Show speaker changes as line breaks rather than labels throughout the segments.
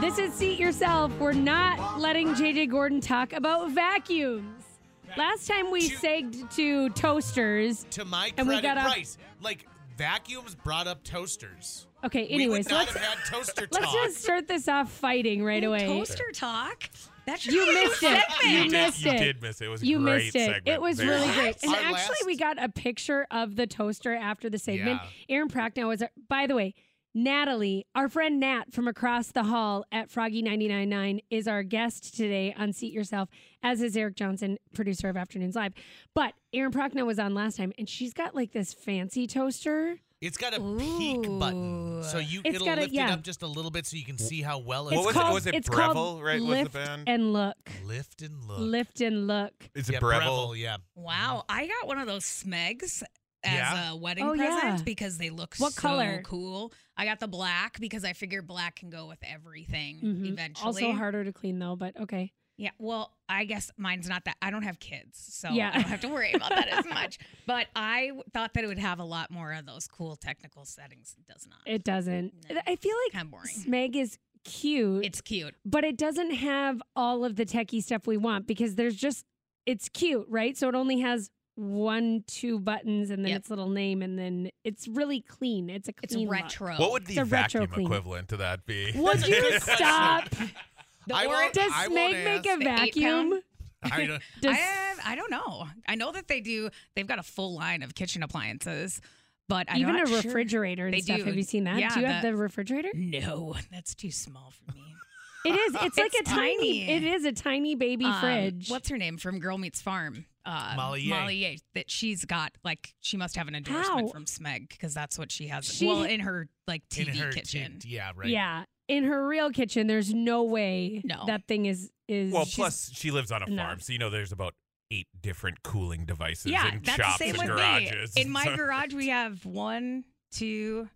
This is Seat Yourself. We're not letting JJ Gordon talk about vacuums. Last time we
Ju-
segged to toasters.
To my
And we
credit,
got off-
right? Like vacuums brought up toasters.
Okay,
we
anyways,
would not
let's
have had toaster talk.
let's just start this off fighting right away.
Toaster talk. That should
You
be a new
missed it.
segment.
You
did-
missed
you
it.
did miss it. It was a
you
great
missed it.
segment.
It was
Very
really
good.
great. And
Our
actually,
last-
we got a picture of the toaster after the segment. Aaron Prochnow was, our, by the way, Natalie, our friend Nat from across the hall at Froggy 99.9 is our guest today on Seat Yourself, as is Eric Johnson, producer of Afternoons Live. But Aaron Prochnow was on last time, and she's got like this fancy toaster.
It's got a peak button, so you
It's
it'll
got a-
lift
yeah.
it up just a little bit so you can see how well
What
It's
it's
was it-
called,
was it
it's
Breville,
called
right, was the
Lift
band?
and Look.
lift and look.
Lift and Look.
It's
yeah,
a Breville.
yeah.
Wow, I got one of those smegs as
Yeah?
a wedding
Oh,
present
yeah.
because they look
What
so
color?
cool. I got the black because I figure black can go with everything
Mhm.
eventually.
Also harder to clean though, but okay.
Yeah, well, I guess mine's not that. I don't have kids, so
Yeah.
I don't have to worry about that as much. But I w- thought that it would have a lot more of those cool technical settings. It does not.
It doesn't.
No.
I feel like
kind of boring.
Smeg is cute,
It's cute.
but it doesn't have all of the techie stuff we want because there's just it's cute, right? So it only has one, two buttons, and then
Yep.
its little name, and then it's really clean. It's a
It's
clean. look.
retro.
What would the
It's a retro
vacuum
clean.
equivalent to that be?
Would
That's a
you
good question.
stop?
The
I
orange-
won't-
Does
I won't
Smeg make a
ask.
The eight pound?
vacuum?
I don't-
Does,
I, I don't know. I know that they do. They've got a full line of kitchen appliances, but I'm
even a
not sure-
refrigerator and
They
stuff.
do.
Have you seen that?
Yeah,
do you have
the-
the refrigerator?
No, that's too small for me.
It is. It's like
It's
a tiny,
tiny.
It is a tiny baby
Um,
fridge.
What's her name from Girl Meets Farm? Uh,
Molly Yeh.
Molly Yeh. That she's got like she must have an
How?
endorsement from Smeg because that's what she has.
She-
well, in her like TV
in her
kitchen.
t- yeah, right.
Yeah. In her real kitchen, there's no way
No.
that thing is is
Well,
she's-
plus she lives on a
No.
farm, so you know there's about eight different cooling devices
yeah,
and
that's the
shops
same
and
with
garages.
me. In my
So-
garage, we have one, two,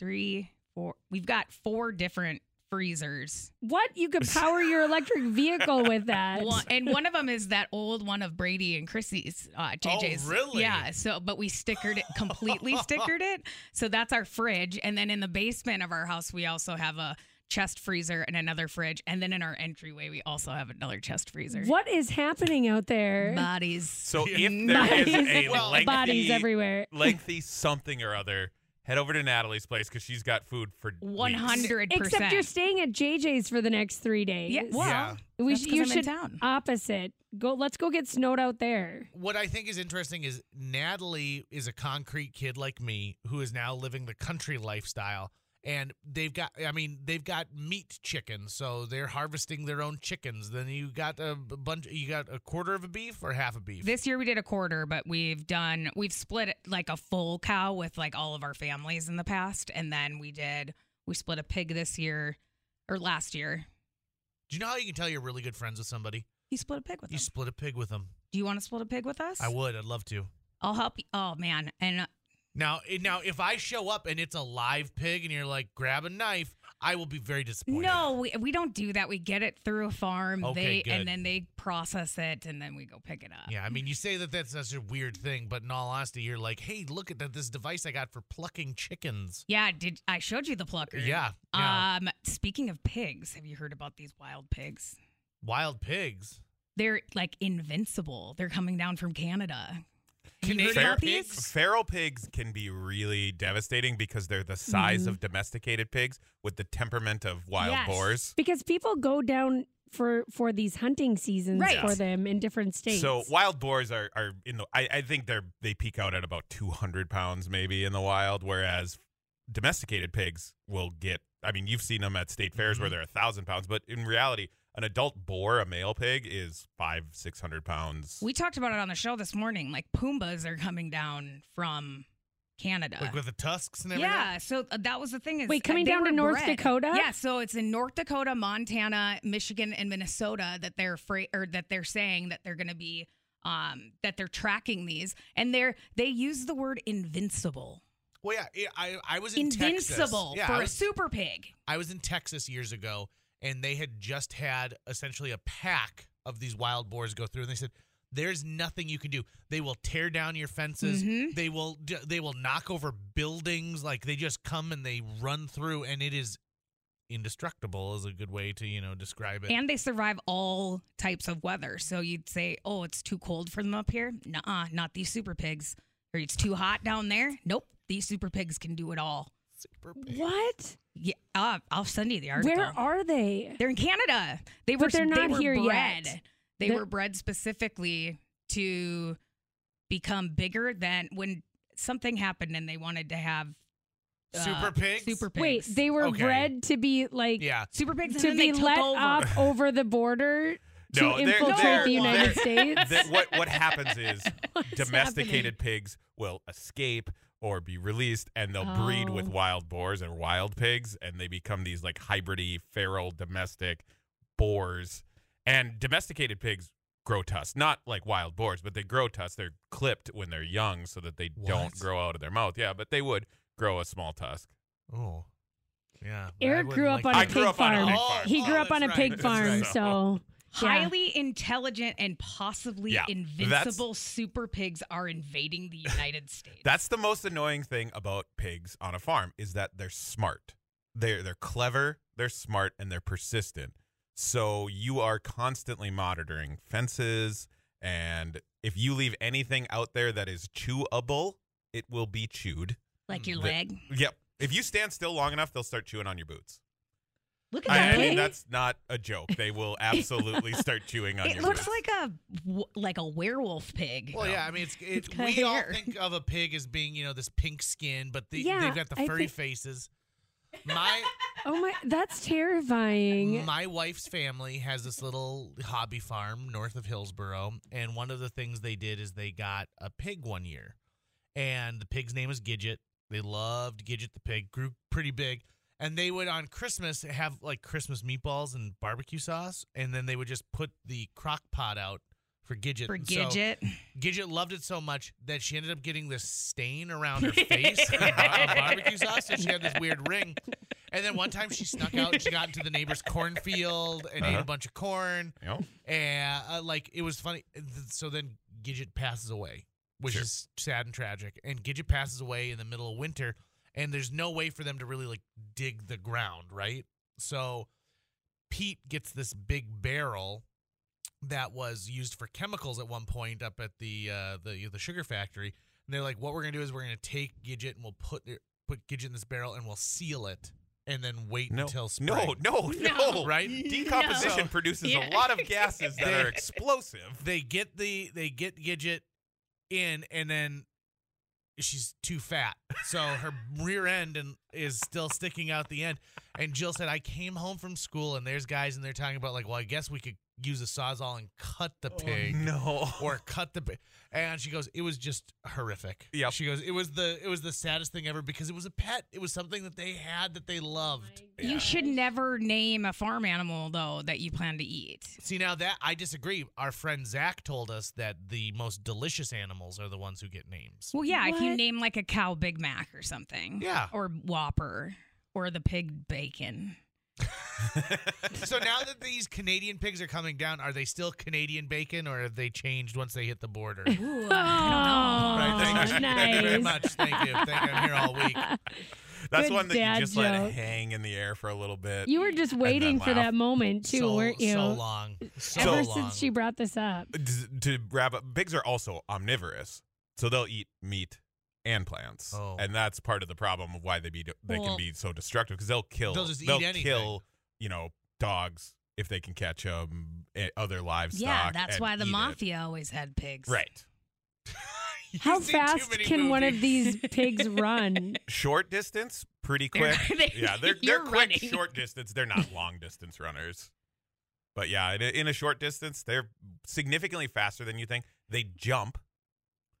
three, four. We've got four different freezers.
what you could power your electric vehicle with that.
One, and one of them is that old one of Brady and Chrissy's uh,
Oh,
JJ's.
really?
Yeah. So, but we stickered it completely, stickered it. So that's our fridge, and then in the basement of our house, we also have a chest freezer and another fridge, and then in our entryway, we also have another chest freezer.
What is happening out there?
bodies?
So if there
Bodies,
is a
Well-
lengthy,
bodies everywhere.
lengthy something or other, head over to Natalie's place because she's got food for weeks.
One hundred
Except you're
percent.
staying at JJ's for the next three days.
Yeah. Well,
Yeah.
we
that's
sh-
'cause
you
I'm in
should
town.
opposite. Go. Let's go get snowed out there.
What I think is interesting is Natalie is a concrete kid like me who is now living the country lifestyle. And they've got, I mean, they've got meat chickens, so they're harvesting their own chickens. Then you got a b- bunch, you got a quarter of a beef or half a beef.
This year we did a quarter, but we've done we've split it like a full cow with like all of our families in the past, and then we did we split a pig this year or last year.
Do you know how you can tell you're really good friends with somebody?
You split a pig with
You
us.
split a pig with them.
Do you want to split a pig with us?
I would. I'd love to.
I'll help you. Oh man, and uh,
Now, eh, now, if I show up and it's a live pig, and you're like, grab a knife, I will be very disappointed.
no, we, we don't do that. We get it through a farm,
Okay,
they
good.
and then they process it, and then we go pick it up.
Yeah, I mean, you say that that's such a weird thing, but in all honesty, you're like, hey, look at that this device I got for plucking chickens.
Yeah, did I showed you the plucker?
Yeah, yeah.
Um, speaking of pigs, have you heard about these wild pigs?
Wild pigs.
They're like invincible. They're coming down from Canada.
Can they
heard
eat
about
pigs?
Feral pigs can be really devastating because they're the size
Mm-hmm.
of domesticated pigs with the temperament of wild
Yes.
boars.
Because people go down for for these hunting seasons
Right.
for them in different states.
So wild boars are, are in the I, I think they're they peak out at about two hundred pounds maybe in the wild, whereas domesticated pigs will get I mean, you've seen them at state fairs
Mm-hmm.
where they're a thousand pounds, but in reality, an adult boar, a male pig, is five, six hundred pounds.
We talked about it on the show this morning. Like Pumbas are coming down from Canada.
Like with the tusks and everything?
yeah, so uh, that was the thing is
Wait,
uh,
coming
they
down to
were
North
bred.
Dakota?
Yeah, so it's in North Dakota, Montana, Michigan, and Minnesota that they're afraid or that they're saying that they're going to be um, that they're tracking these, and they're they use the word invincible,
Well, yeah, yeah, I, I was in
invincible
Texas. Yeah,
for
I
a
was,
super pig.
I was in Texas years ago, and they had just had essentially a pack of these wild boars go through, and they said, "There's nothing you can do. They will tear down your fences.
Mm-hmm.
Mhm.
They will d- they will knock over buildings. Like they just come and they run through, and it is indestructible is a good way to you know describe it.
And they survive all types of weather. So you'd say, oh, it's too cold for them up here. Nah, not these super pigs. Or it's too hot down there. Nope, these super pigs can do it all.
Super big.
What?
Yeah, uh, I'll send you the article.
Where are they?
They're in Canada. They
But
were
they're
they
not
were
here
bred.
yet.
They
They're-
were bred specifically to become bigger than when something happened and they wanted to have uh,
Super pigs?
Super pigs.
Wait, they were
Okay.
bred to be like
Yeah.
super pigs and
to
then
be
they took
let
over.
up over the border to
No, they're-
infiltrate
they're-
the United States.
That what what happens is
What's
domesticated
happening?
pigs will escape or be released and they'll breed with
Oh.
wild boars and wild pigs and they become these like hybridy feral domestic boars and domesticated pigs grow tusks not like wild boars but they grow tusks they're clipped when they're young so that they
What?
don't grow out of their mouth yeah but they would grow a small tusk
Oh. Yeah.
Eric grew up on
I
a
grew
pig
up on a
farm.
pig farm.
He
Oh,
grew up on a
that's
pig
right,
farm,
that's
so yeah.
Highly intelligent and possibly
Yeah,
invincible super pigs are invading the United States.
That's the most annoying thing about pigs on a farm is that they're smart. They're they're clever, they're smart, and they're persistent. So you are constantly monitoring fences, and if you leave anything out there that is chewable, it will be chewed.
like your
the-
leg.
Yep. If you stand still long enough, they'll start chewing on your boots.
Look at
I,
that
I
pig.
mean, that's not a joke. They will absolutely start chewing on
it
your
looks like
boots.
a w- like a werewolf pig.
Well, yeah, I mean, it's,
It's
it,
kinda
we all
hair.
think of a pig as being, you know, this pink skin, but the,
Yeah,
they've got the
I
furry
think-
faces. My
Oh my, that's terrifying.
my wife's family has this little hobby farm north of Hillsboro, and one of the things they did is they got a pig one year, and the pig's name is Gidget. They loved Gidget the pig, grew pretty big, and they would on Christmas have like Christmas meatballs and barbecue sauce, and then they would just put the crock pot out for Gidget.
for
And so
Gidget.
Gidget loved it so much that she ended up getting this stain around her face of barbecue sauce, and she had this weird ring. And then one time she snuck out and she got into the neighbor's cornfield and ate
Uh-huh.
a bunch of corn,
You know?
and uh, like it was funny. And th- So then Gidget passes away, which
Sure.
is sad and tragic. And Gidget passes away in the middle of winter, and there's no way for them to really like dig the ground, right? So Pete gets this big barrel that was used for chemicals at one point up at the uh, the the sugar factory, and they're like, "What we're gonna do is we're gonna take Gidget and we'll put put Gidget in this barrel and we'll seal it, and then wait
No,
until spring."
no, no, no,
No.
right?
Decomposition
No.
produces
Yeah.
a lot of gases that
They-
are explosive.
they get the they get Gidget in, and then she's too fat, so her rear end and is still sticking out the end. And Jill said, "I came home from school, and there's guys, and they're talking about like, well, I guess we could use a sawzall and cut the
Oh,
pig."
Oh, No.
Or cut the, pig." and she goes. It was just horrific.
Yep.
She goes. It was the it was the saddest thing ever because it was a pet. It was something that they had that they loved.
You should never name a farm animal though that you plan to eat.
See now that I disagree. Our friend Zach told us that the most delicious animals are the ones who get names.
Well, yeah, if you
What?
name like a cow Big Mac or something.
Yeah.
Or Whopper or the pig bacon.
so now that these Canadian pigs are coming down, are they still Canadian bacon or have they changed once they hit the border?
Ooh,
Oh,
Right, thank, you. thank you very
nice.
much. Thank you. Thank you. I'm here all week.
That's
Good
one that
dad
you just let
joke.
hang in the air for a little bit.
You were just waiting for
laugh.
that moment too,
uh, so,
weren't you?
So long. So
Ever
long.
since she brought this up.
D- to wrap up, pigs are also omnivorous, so they'll eat meat and plants,
Oh.
and that's part of the problem of why they be they
Well-
can be so destructive because they'll kill.
They'll just eat anything.
kill, you know, dogs if they can catch them, other livestock.
yeah, that's
and
why the
eat it.
mafia always had pigs.
Right.
You've
How
seen too
fast
many
can one of
movies.
these pigs run?
Short distance, pretty
They're-
quick.
they-
yeah, they're they're
you're
quick
running.
short distance. They're not long distance runners. But yeah, in a, in a short distance, they're significantly faster than you think. They jump.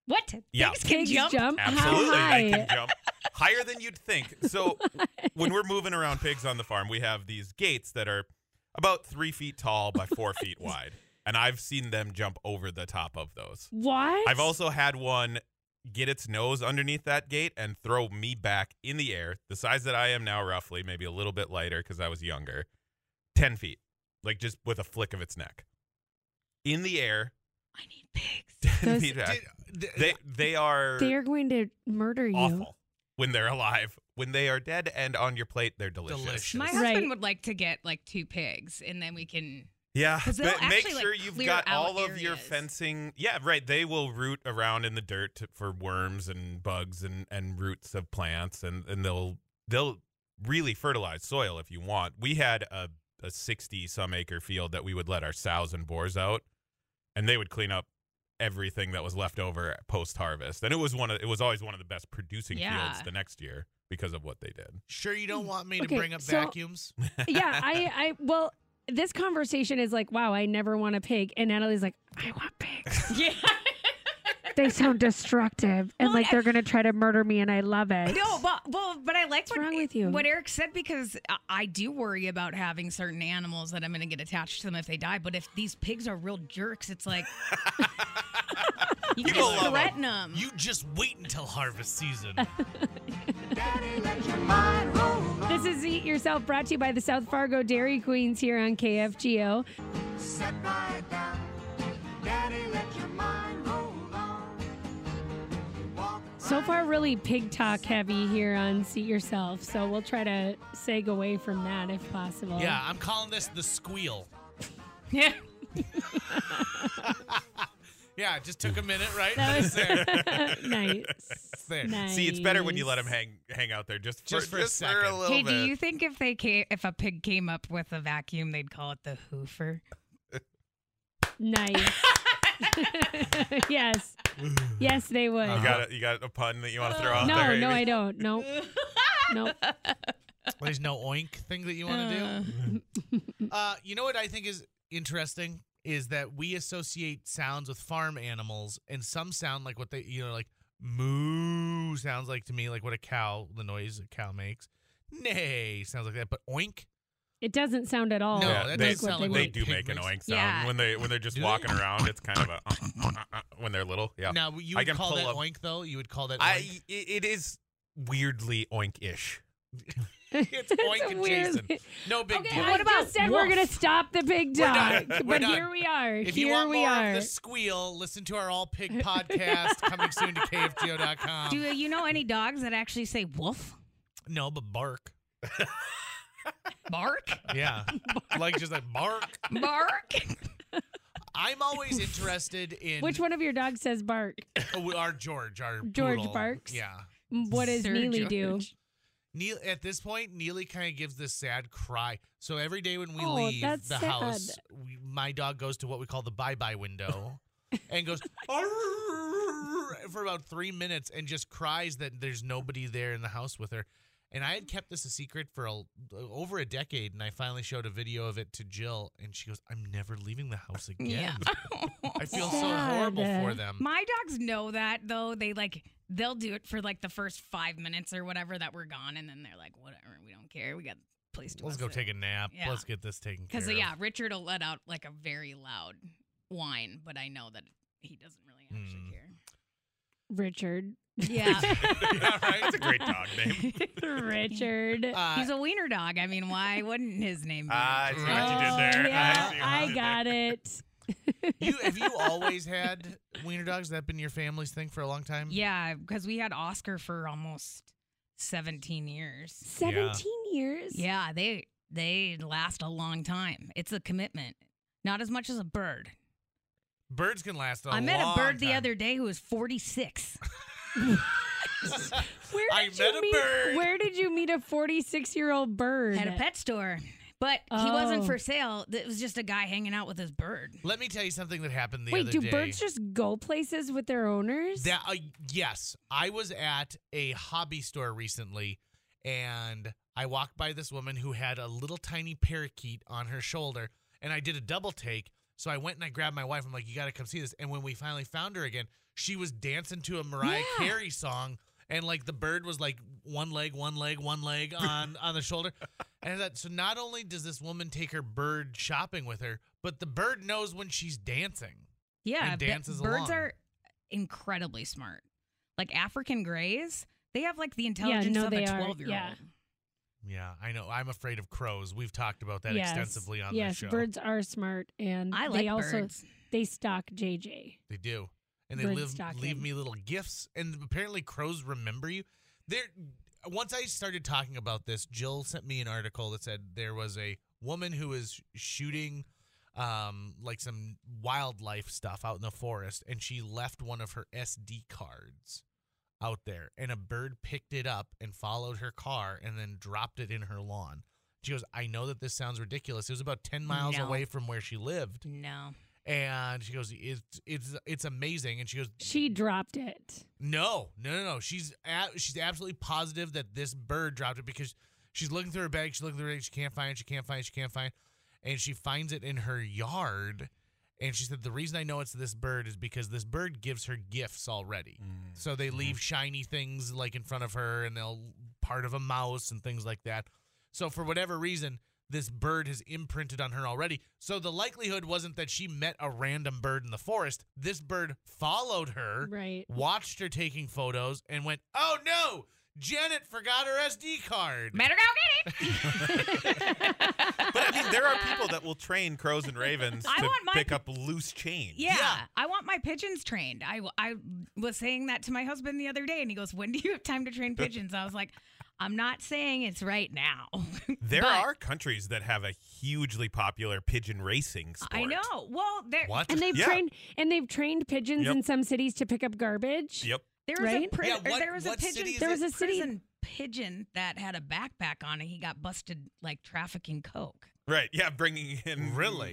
What?
Yeah.
Pigs can
Pigs
jump?
jump,
Absolutely,
how high?
they can jump higher than you'd think. So when we're moving around pigs on the farm, we have these gates that are about three feet tall by four feet wide, and I've seen them jump over the top of those.
What?
I've also had one get its nose underneath that gate and throw me back in the air, the size that I am now, roughly, maybe a little bit lighter because I was younger, 10 feet, like just with a flick of its neck. In the air,
I need pigs.
10
Those-
feet back.
Did- th-
They, they are
They are going to murder you.
awful. when they're alive. When they are dead and on your plate, they're delicious.
Delicious.
My
Right.
husband would like to get like two pigs, and then we can.
Yeah,
'Cause they'll
but make
actually, like,
sure you've
clear
got
out
all of your
areas.
fencing. Yeah, right. They will root around in the dirt to, for worms and bugs and, and roots of plants, and, and they'll they'll really fertilize soil if you want. We had a a sixty some acre field that we would let our sows and boars out, and they would clean up everything that was left over post harvest. And it was one of it was always one of the best producing
Yeah.
fields the next year because of what they did.
Sure, you don't want me to
Okay,
bring up
so-
vacuums?
yeah, I, I, well, this conversation is like, wow, I never want a pig, and Natalie's like, I want pigs.
Yeah.
they sound destructive, and
Well,
like they're gonna try to murder me, and I love it.
No, but well, but I like
What's
what, E
wrong with you?
what Eric said because I, I do worry about having certain animals that I'm going to get attached to them if they die. But if these pigs are real jerks, it's like you can
People love
just
'em.
threaten them.
You just wait until harvest season.
Uh-huh. This is Eat Yourself brought to you by the South Fargo Dairy Queens here on KFGO.
Set right down. Daddy, let your mind roll on. Walk
So far, really pig talk heavy here on Seat Yourself, so we'll try to seg away from that if possible.
yeah, I'm calling this the squeal.
yeah.
Yeah, it just took a minute, right?
That
But it's
was
there.
nice.
It's there.
nice.
See, it's better when you let them hang hang out there just for
Just for a second.
little
Hey,
bit.
do you think if they came, if a pig came up with a vacuum, they'd call it the hoofer?
Nice. yes. Yes, they would.
You got a, you got a pun that you want to throw out
Uh-huh. Uh, no,
there?
no,
Amy?
I don't. No. no.
There's no oink thing that you want to do. Uh, you know what I think is interesting is that we associate sounds with farm animals, and some sound like what they, you know, like moo sounds like to me like what a cow, the noise a cow makes. Nay sounds like that, but oink.
It doesn't sound at all.
No,
Yeah,
that
they,
doesn't sound
like
they
what
do
pig
make an oink
makes.
sound
Yeah.
when they when they're just
Do they?
walking around. It's kind of a uh, uh, uh, uh, when they're little. Yeah,
Now you
I
would
can
call
pull
that
up-
oink though. You would call that oink.
I it it is weirdly oink-ish.
It's oink and Jason. No big
Okay,
deal.
I
what about
just said we're
woof?
gonna stop the pig
We're
talk,
done. We're
but
done.
here we are.
If
here
you want
we
more
are.
of the squeal, listen to our All Pig podcast coming soon to KFGO.com.
Do uh, you know any dogs that actually say woof?
No, but bark.
Bark?
Yeah. like just like bark.
Bark?
I'm always interested in
Which one of your dogs says bark?
Oh, our George, our
George
poodle.
barks?
Yeah.
What does
Sir
Neely do?
George.
Neil, at this point, Neely kind of gives this sad cry. So every day when we
Oh,
leave the
that's
house,
sad.
we, my dog goes to what we call the bye bye window and goes "Arrrrrrrrr," for about three minutes and just cries that there's nobody there in the house with her. And I had kept this a secret for a, over a decade, and I finally showed a video of it to Jill, and she goes, "I'm never leaving the house again." I feel so horrible for
Sad.
them.
My dogs know that though. They like they'll do it for like the first five minutes or whatever that we're gone, and then they're like, whatever, we don't care. We got a place to.
Let's go take a nap.
Yeah.
Let's get this taken care
Because
of.
yeah, Richard will let out like a very loud whine, but I know that he doesn't really actually
Hmm.
care.
Richard.
Yeah,
Yeah, right?
That's a great dog name.
Richard.
Uh,
he's a wiener dog. I mean, why wouldn't his
Mm,
name? be
Ah, I
Richard?
see what you did there.
Oh, yeah,
I see what
I
you did
got it.
you have you always had wiener dogs? Has That been your family's thing for a long time?
Yeah, because we had Oscar for almost 17 years.
17 years?
Yeah, they they last a long time. It's a commitment. Not as much as a bird.
Birds can last a
I met a
long
bird the
time.
other day who was 46.
Where
I
did
met
you
a
meet,
bird.
Where did you meet a 46 year old bird?
At a pet store. But he wasn't
Oh.
for sale. It was just a guy hanging out with his bird.
Let me tell you something that happened the
Wait,
other
do
day.
birds just go places with their owners?
That uh, yes, I was at a hobby store recently, and I walked by this woman who had a little tiny parakeet on her shoulder, and I did a double take. So I went and I grabbed my wife. I'm like, "You got to come see this." And when we finally found her again, she was dancing to a Mariah
Yeah.
Carey song, and like the bird was like one leg, one leg, one leg on on the shoulder. And I thought, so not only does this woman take her bird shopping with her, but the bird knows when she's dancing.
Yeah,
And
but
dances
birds
along.
are incredibly smart. Like African grays, they have like the intelligence
no,
of a
they are.
12 year
Yeah.
old.
Yeah, I know. I'm afraid of crows. We've talked about that
yes.
extensively on
yes,
the show.
birds are smart and
I
they
like
also
birds.
they stalk JJ.
They do. And they
Bird
live,
stalking.
leave me little gifts. And apparently, crows remember you. there once I started talking about this, Jill sent me an article that said there was a woman who was shooting um like some wildlife stuff out in the forest and she left one of her SD cards out there and a bird picked it up and followed her car and then dropped it in her lawn. She goes, I know that this sounds ridiculous. It was about 10 miles
No.
away from where she lived.
No.
And she goes, it's, it's, it's amazing. And she goes,
She dropped it.
no, no, no, no. She's a- she's absolutely positive that this bird dropped it because she's looking through her bag. She's looking through her bag. She can't find it. She can't find it. She can't find it. And she finds it in her yard. And she said, The reason I know it's this bird is because this bird gives her gifts already. So they leave shiny things like in front of her and they'll part of a mouse and things like that. So for whatever reason, this bird has imprinted on her already. So the likelihood wasn't that she met a random bird in the forest. This bird followed her
Right.
watched her taking photos and went, "Oh no, Janet forgot her SD card."
Better go get it.
But I mean, there are people that will train crows and ravens
I
to
want my-
pick up loose change.
Yeah,
Yeah.
I want my pigeons trained. I, I was saying that to my husband the other day, and he goes, When do you have time to train pigeons? I was like, I'm not saying it's right now.
There
But-
are countries that have a hugely popular pigeon racing sport.
I know. Well, there,
what?
And they've
Yeah.
trained and they've trained pigeons
Yep.
in some cities to pick up garbage.
Yep.
there was
Right?
a pri-
Yeah,
or
what-
there was a
what
pigeon.
city is
There was a
it?
city.
prison pigeon that had a backpack on, and he got busted like trafficking coke.
Right. Yeah. Bringing in
Really?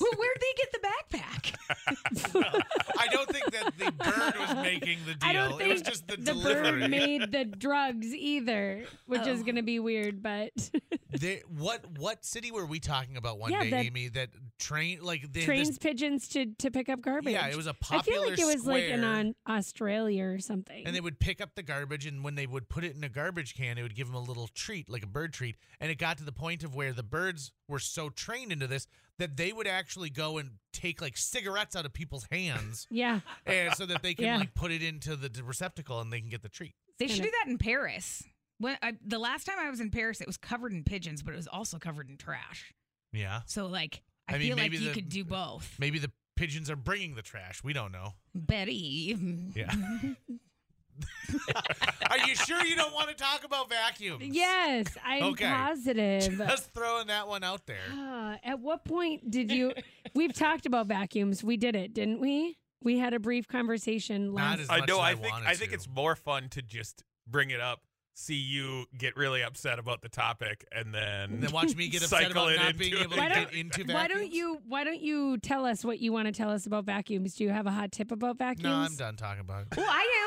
Well, where'd they get the backpack?
I don't think that the bird was making the deal.
I don't
it was
think
just the,
The
delivery.
bird made the drugs either, which is
Oh.
going to be weird, but
They- what what city were we talking about one
Yeah,
day,
that-
Amy? That train like they,
trains pigeons to, to pick up garbage.
This, yeah, it was a
I feel
popular
like it was like in
square,
on Australia or something.
And they would pick up the garbage, and when they would put it in a garbage can, it would give them a little treat, like a bird treat. And it got to the point of where the birds were so trained into this that they would actually go and take like cigarettes out of people's hands
yeah.
and so that they can
Yeah.
like put it into the d- receptacle and they can get the treat.
They
Kind
should
of-
do that in Paris. When I, the last time I was in Paris, it was covered in pigeons, but it was also covered in trash.
Yeah.
So like, I,
I mean,
feel like
maybe
you
the-
could do both.
Maybe the pigeons are bringing the trash. We don't know.
Betty,
Yeah. are you sure you don't want to talk about vacuums?
Yes, I'm
Okay.
positive.
Just throwing that one out there.
Ah, at what point did you? We've talked about vacuums. We did it, didn't we? We had a brief conversation
Not
last.
as
I
much
know.
as I
I think.
wanted
I think
to.
it's more fun to just bring it up, see you get really upset about the topic, and then
And then watch me get upset
Cycle
about
it
not
into
being
it.
able to
Why
get
don't-
into vacuums.
why don't you? Why don't you tell us what you want to tell us about vacuums? Do you have a hot tip about vacuums?
No, I'm done talking about it.
Well, I do.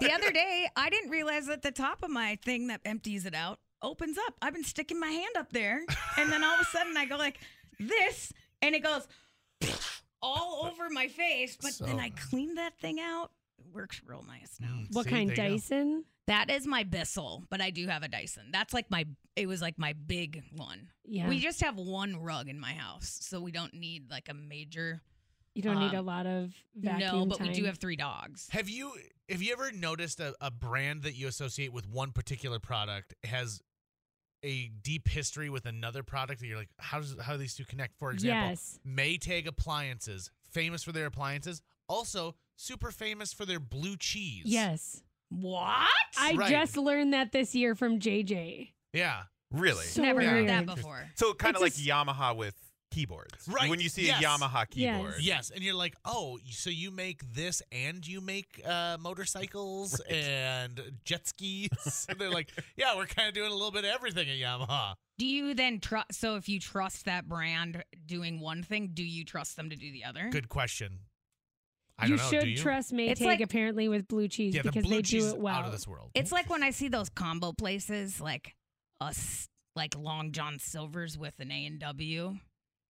The other day, I didn't realize that the top of my thing that empties it out opens up. I've been sticking my hand up there, and then all of a sudden, I go like this, and it goes all over my face. But
So
then I
nice.
cleaned that thing out. It works real nice now.
Mm,
What
see,
kind?
there you go.
Dyson?
That is my Bissell, but I do have a Dyson. That's like my. It was like my big one.
Yeah.
We just have one rug in my house, so we don't need like a major.
you don't need a
um,
lot of vacuum.
no, but we do
time.
have three dogs.
Have you have you ever noticed a, a brand that you associate with one particular product has a deep history with another product that you're like, how does how do these two connect? For example,
Yes.
Maytag appliances, famous for their appliances, also super famous for their blue cheese.
Yes.
What?
I
Right.
just learned that this year from JJ.
Yeah.
really.
So
never heard
weird.
that before.
So kind
It's
of like
a s-
Yamaha with keyboards.
Right,
When you see
yes.
a Yamaha
Yes.
keyboard.
Yes, and you're like, oh, so you make this and you make uh, motorcycles and jet skis. and they're like, yeah, we're kind of doing a little bit of everything at Yamaha.
Do you then trust? So if you trust that brand doing one thing, do you trust them to do the other?
Good question. I
you
don't know.
should
do you?
trust Maytag
It's like-
apparently with blue cheese
yeah, the
because
blue
they
cheese
do
is
it well.
out of this world.
It's like when I see those combo places, like us, like Long John Silver's with an A and W.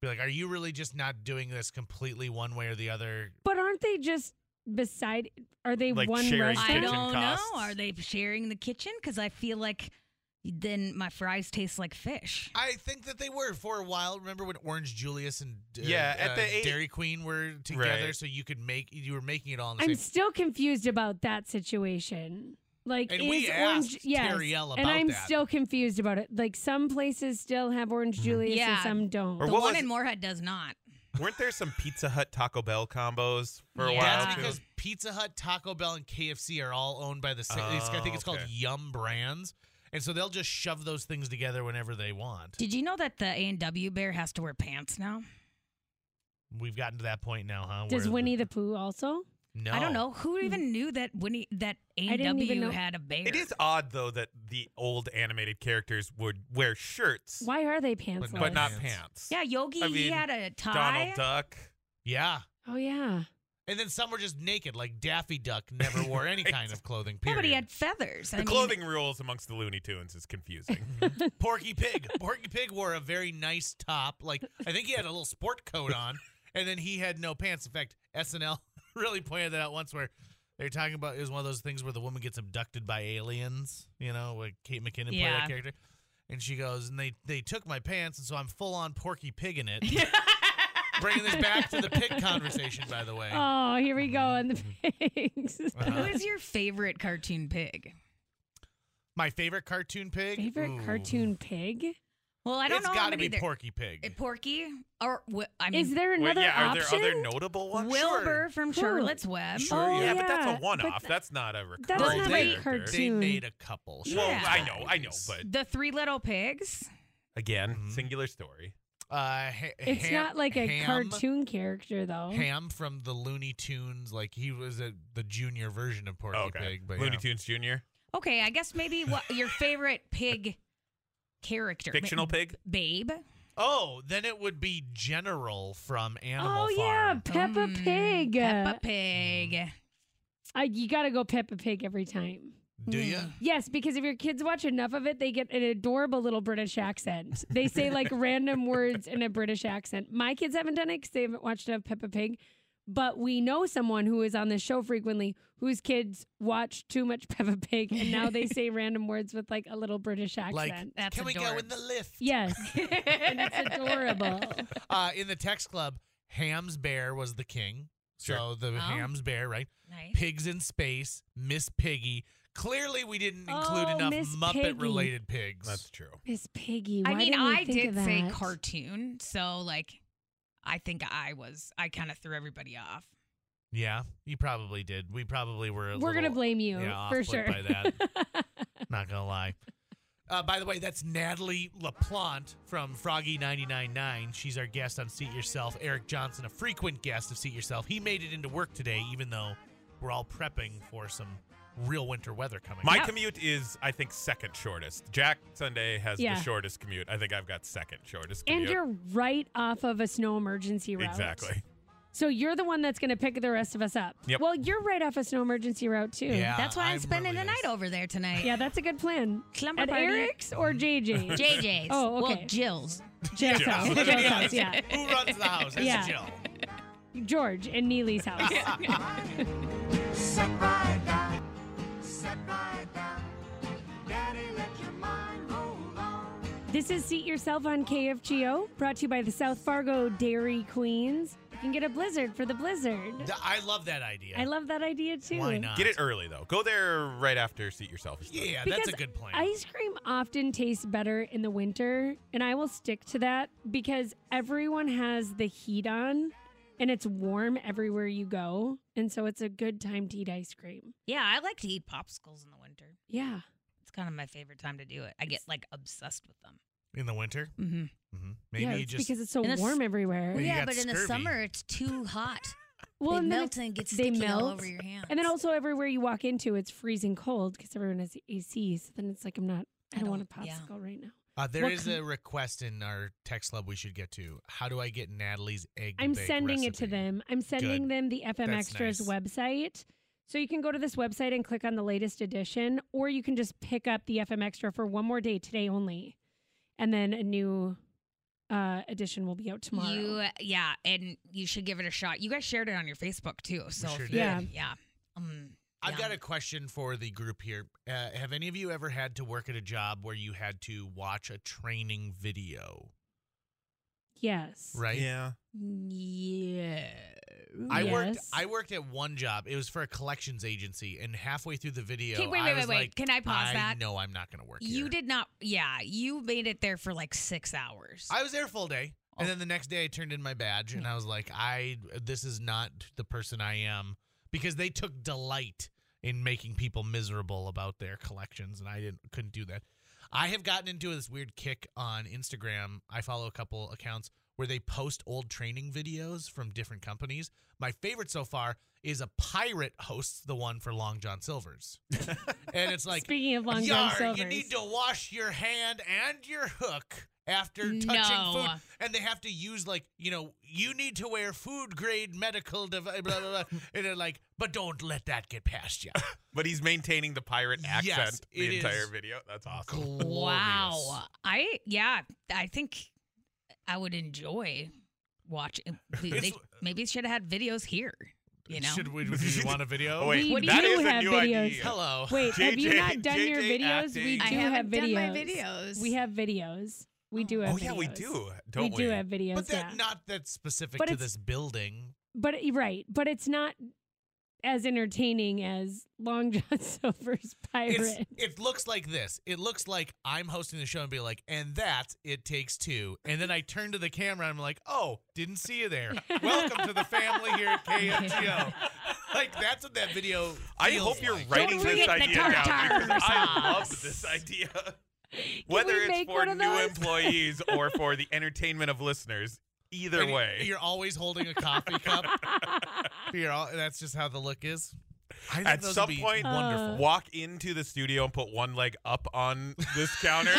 Be like, are you really just not doing this completely one way or the other?
But aren't they just beside? Are they
Like
one
sharing
I
restaurant?
kitchen
don't
costs.
know. Are they sharing the kitchen? Because I feel like then my fries taste like fish.
I think that they were for a while. Remember when Orange Julius and uh,
Yeah, at
uh,
the eight-
Dairy Queen were together,
Right.
so you could make you were making it all in the
I'm
same.
still confused about that situation. Like
And
is
we
orange?
asked
Yes,
Terriel
and
about
I'm
that.
still confused
Mm-hmm.
about it. Like some places still have orange Julius
Yeah.
and some don't.
Or
the
what
one
was-
in Moorhead does not.
Weren't there some Pizza Hut Taco Bell combos for a
Yeah.
while?
That's
too?
because Pizza Hut, Taco Bell, and KFC are all owned by the same. I think it's
Oh,
called
okay.
Yum Brands, and so they'll just shove those things together whenever they want.
Did you know that the A and W bear has to wear pants now?
We've gotten to that point now, huh?
Does
where
Winnie the Pooh also?
no,
I don't know who even knew that Winnie that A
I
and
didn't even
W
know-
had a bear.
It is odd though that the old animated characters would wear shirts,
Why are they pantsless?
But
but not
Pants.
pants.
Yeah, Yogi
I
he
mean,
had a tie.
Donald Duck.
Yeah,
Oh yeah.
and then some were just naked, like Daffy Duck never wore any kind of clothing.
Yeah,
Period.
but he had feathers. I
The
mean,
clothing rules amongst the Looney Tunes is confusing.
Porky Pig. Porky Pig wore a very nice top. Like I think he had a little sport coat on, and then he had no pants. In fact, SNL really pointed that out once where they were talking about it was one of those things where the woman gets abducted by aliens. You know, where Kate McKinnon played
Yeah.
that character, and she goes, and they they took my pants, and so I'm full on Porky Pig in it. Bringing this back to the pig conversation, by the way.
Oh, here we go on
Mm-hmm.
the pigs.
Who
Uh-huh.
is your favorite cartoon pig?
My favorite cartoon pig.
Favorite
Ooh.
cartoon pig?
Well, I don't
It's
know.
got to
him
be
either.
Porky Pig.
Uh, Porky or wh- I mean
Is there
Well,
another
yeah, are there
option?
other notable ones?
Wilbur from
Who?
Charlotte's Web?
Sure,
Oh,
yeah, but that's
yeah,
a
but
one-off.
th-
that's not a recurring
not
a
character.
cartoon.
they made a couple.
Well,
shows.
Yeah.
I know, I know, but
The Three Little Pigs.
again,
Mhm.
singular story.
Uh, ha-
It's
Ham-
not like a
Ham-
cartoon character though.
Ham from the Looney Tunes, like he was a, the junior version of Porky Pig. But
Looney
yeah.
Tunes Junior,
Okay, I guess maybe what your favorite pig character?
fictional
Ba-
pig.
Babe.
Oh, then it would be General from Animal
Oh yeah,
Farm.
Peppa
Mm,
Pig.
Peppa Pig.
I, you got to go Peppa Pig every time.
Do you?
Hmm.
Yes, because if your kids watch enough of it, they get an adorable little British accent. They say like random words in a British accent. My kids haven't done it because they haven't watched enough Peppa Pig, but we know someone who is on this show frequently whose kids watch too much Peppa Pig and now they say random words with like a little British accent.
Like,
That's
can we go in the
adorbs.
lift?
yes, and it's adorable.
Uh, in the text club, Ham's Bear was the king. So
Sure.
Oh.
the Ham's Bear, right?
Nice.
Pigs in Space, Miss Piggy. Clearly, we didn't include
Oh,
enough
Miss
Muppet
Piggy.
related pigs.
That's true.
Miss Piggy.
I
why
mean,
didn't we
I
think
did
of
say
that?
cartoon, so like, I think I was. I kind of threw everybody off.
yeah, you probably did. We probably were. A
We're gonna
little-
blame you
yeah,
for
off-put
sure.
by that. Not gonna lie. Uh, by the way, that's Natalie LaPlante from Froggy 99.9. She's our guest on Seat Yourself. Eric Johnson, a frequent guest of Seat Yourself. He made it into work today, even though we're all prepping for some real winter weather coming.
My
Yeah.
commute is, I think, second shortest. Jack Sunday has
Yeah.
the shortest commute. I think I've got second shortest
and
commute.
you're right off of a snow emergency route.
exactly.
So you're the one that's going to pick the rest of us up.
Yep.
Well, you're right off a snow emergency route too.
Yeah,
That's why I'm,
I'm
spending
really
the night
nice.
over there tonight.
Yeah, that's a good plan.
Slumber
At
party.
Eric's or JJ?
JJ's.
Oh,
Well,
okay.
Jill's.
Jill's house.
Yeah.
Jill's house, yeah.
Who runs the house? It's
Yeah.
Jill.
George and Neely's house.
Sit right down, sit right down. Daddy, let your mind roll on.
This is Seat Yourself on KFGO, brought to you by the South Fargo Dairy Queens. You can get a blizzard for the blizzard.
Th- I love that idea.
I love that idea too.
Why not?
Get it early though. Go there right after. Seat yourself. is done.
Yeah,
Because
that's a good plan.
Ice cream often tastes better in the winter, and I will stick to that because everyone has the heat on and it's warm everywhere you go. And so it's a good time to eat ice cream.
Yeah, I like to eat popsicles in the winter.
Yeah.
It's kind of my favorite time to do it. I get like obsessed with them.
in the winter,
Mm-hmm.
mm-hmm. maybe
yeah,
you
it's
just
because it's so
And it's-
warm everywhere.
Well, you
yeah,
got
but in the
scurvy.
summer it's too hot.
Well,
they
and then,
melt and get
they
sticky all
melt,
over your hands.
and then also everywhere you walk into, it's freezing cold because everyone has AC. So then it's like, I'm not, I
I
don't, want a
don't- yeah.
popsicle right now.
Uh, there
What
is
com-
a request in our text club we should get to. How do I get Natalie's egg?
I'm
bake
sending it to
recipe?
them. I'm sending
Good.
them the FM
That's
Extras
nice.
website. So you can go to this website and click on the latest edition, or you can just pick up the FM Extra for one more day today only. And then a new uh, edition will be out tomorrow.
You, yeah, and you should give it a shot. You guys shared it on your Facebook too. So
sure
if
did.
you-
Yeah.
yeah. Um,
I've
yeah.
got a question for the group here. Uh, have any of you ever had to work at a job where you had to watch a training video?
yes.
Right.
Yeah.
Yeah.
I worked.
Yes.
I worked at one job. It was for a collections agency, and halfway through the video,
Okay, wait,
I
wait,
was
wait, wait.
like,
Can I pause
I
that?
know I'm not going to work.
You
here."
did not. Yeah, you made it there for like six hours.
I was there full day. And then the next day, I turned in my badge, and I was like, "I this is not the person I am," because they took delight in making people miserable about their collections, and I didn't couldn't do that. I have gotten into this weird kick on Instagram. I follow a couple accounts where they post old training videos from different companies. My favorite so far is a pirate hosts the one for Long John Silver's, and it's like
Speaking of long
Yar,
John Silver's,
You need to wash your hand and your hook after touching
No.
food. And they have to use like, you know, you need to wear food grade medical device blah blah blah. and they're like, but don't let that get past you.
But he's maintaining the pirate
Yes,
accent the
it
entire
is.
video. That's awesome.
Glorious.
Wow. I yeah, I think I would enjoy watching. They,
It's-
they, maybe they should have had videos here. You know,
Should we, would you want a video?
Oh, wait,
We
that
do
is a
have
new
videos.
idea.
Hello.
Wait, have you
JJ
not done your
JJ
videos? We do
acting. I
have
haven't done my
videos.
videos.
We have videos. We do have.
Oh yeah, we
videos.
do.
we
Don't we?
do have videos.
But that
yeah.
not that specific
But
to
it's-
this building.
but it- right, but it's not as entertaining as Long John Silver's
It's,
pirate.
it looks like this. It looks like I'm hosting the show and be like, and that's it takes two. And then I turn to the camera and I'm like, oh, didn't see you there. Welcome to the family here at KMGO. like that's what that video.
I
feels
hope you're
like.
writing
forget
this
the
idea down
tartar
because I
sauce.
love this idea. Whether
we
it's
make
for
one of
new
those?
employees or for the entertainment of listeners, either
And
way.
You're always holding a coffee cup. You're all, that's just how the look is. I think
at
those
some
would be
point,
wonderful.
Uh.
walk into the studio and put one leg up on this counter.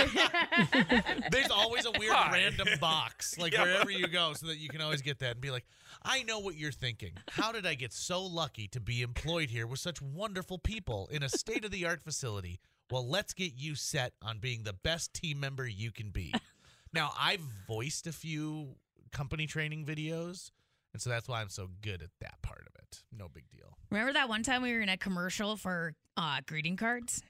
There's always a weird
Hi.
random box, like
Yeah.
wherever you go, so that you can always get that and be like, I know what you're thinking. How did I get so lucky to be employed here with such wonderful people in a state of the art facility? Well, let's get you set on being the best team member you can be. Now, I've voiced a few company training videos, and so that's why I'm so good at that part of it. No big deal.
remember that one time we were in a commercial for uh, greeting cards?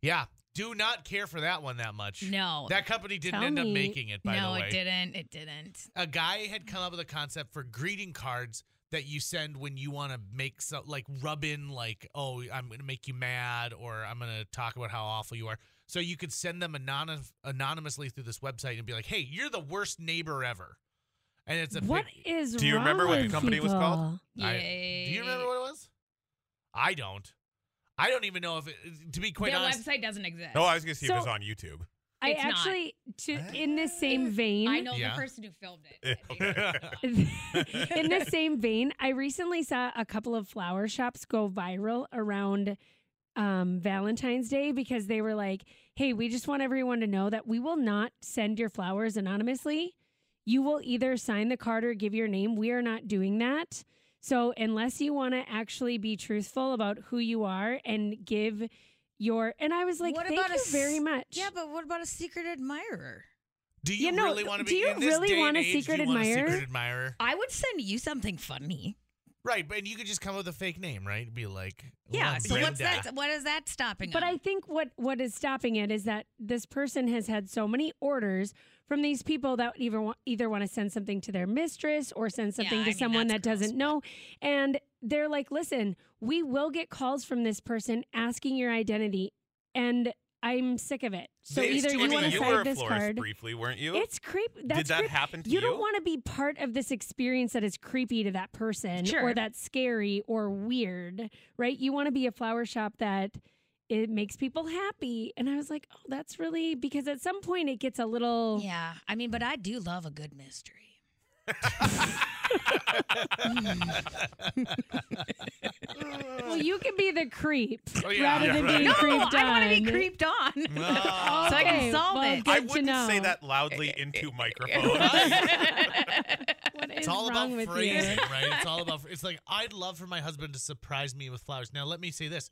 Yeah, do not care for that one that much.
No,
That company didn't
Tell
end up
me.
making it, by
no,
the way.
it didn't. It didn't.
a guy had come up with a concept for greeting cards that you send when you want to make so like rub in like oh I'm gonna make you mad or I'm gonna talk about how awful you are. So you could send them anonymous anonymously through this website and be like, hey, you're the worst neighbor ever. And it's a
What
pic-
is
Do you
wrong
remember what the
with
company was called?
people?
I-
Yay.
do you remember what it was? I don't. I don't even know if it, to be quite
the
honest.
website doesn't exist.
no, I was going to see
So-
if it's on YouTube.
I
It's not.
actually, to in the same vein,
I know
Yeah.
the person who filmed it.
in the same vein, I recently saw a couple of flower shops go viral around um, Valentine's Day because they were like, hey, we just want everyone to know that we will not send your flowers anonymously. You will either sign the card or give your name. We are not doing that. So, unless you want to actually be truthful about who you are and give your, and I was like,
What
thank
about a
you very
s-
much.
Yeah, but what about a secret admirer?
do you,
you know,
really want to be?
do you
in this
really
day
want
and
a
age, do
secret
you want a
admirer?
secret admirer?
I would send you something funny.
Right, but you could just come up with a fake name, right? Be like,
Yeah. So what's
Brenda.
that? What is that stopping?
But
on?
I think what what is stopping it is that this person has had so many orders from these people that either want, either want to send something to their mistress or send something
I
to
mean,
someone that
that's gross,
doesn't know and they're like listen we will get calls from this person asking your identity and I'm sick of it so
They-
either
I
you
mean,
want to
you were
sign
a
this
florist
card
briefly, weren't you?
it's creep that's
Did that
creep-
happen to
you
you?
don't want to be part of this experience that is creepy to that person or
Sure.
that's scary or weird, right? You want to be a flower shop that it makes people happy. And I was like, oh, that's really because at some point it gets a little.
Yeah, I mean, but I do love a good mystery.
Well, you can be the creep
Oh, yeah.
rather
Yeah,
than
right.
being
No,
creeped
I want to
on.
be creeped on,
Ah.
so I
Okay,
can solve
well,
it.
good
I
to
wouldn't say
know.
that loudly into microphones.
What is
It's all
wrong
about
with
phrasing,
you?
right? It's all about. It's like I'd love for my husband to surprise me with flowers. Now, let me say this: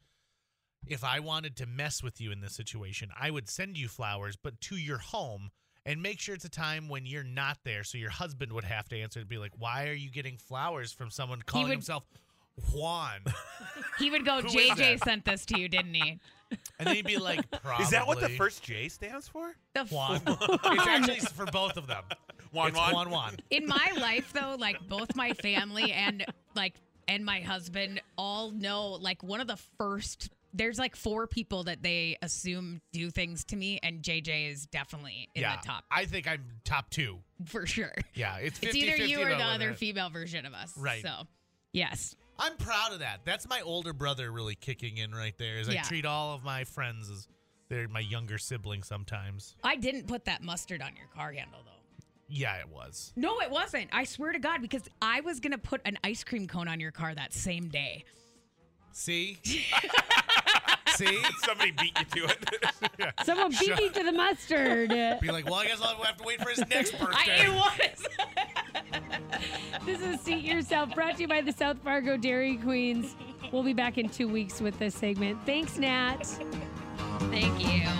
if I wanted to mess with you in this situation, I would send you flowers, but to your home, and make sure it's a time when you're not there, so your husband would have to answer and be like, "Why are you getting flowers from someone calling
would-
himself Juan?"
He would go,
Who is
JJ
that?"
sent this to you, didn't he?
And then he'd be like, Probably.
Is that what the first J stands for?
The f-
Juan?" it's actually for both of them.
Juan,
it's
Juan?
Juan Juan.
In my life, though, like both my family and like and my husband all know like one of the first there's like four people that they assume do things to me, and JJ is definitely in
yeah,
the top
I think I'm top two.
for sure.
Yeah, it's 50,
It's either you or the other
female.
female version of us.
Right.
So, yes.
I'm proud of that. That's my older brother really kicking in right there. Is
Yeah.
I treat all of my friends as they're my younger siblings sometimes.
I didn't put that mustard on your car handle, though.
Yeah, it was.
No, it wasn't. I swear to God, because I was going to put an ice cream cone on your car that same day.
See, see,
Somebody beat you to it.
Someone beat me to the mustard.
be like, well, I guess I'll have to wait for his next
I, it
birthday.
was.
this is Seat Yourself brought to you by the South Fargo Dairy Queens. We'll be back in two weeks with this segment. Thanks, Nat.
Thank you.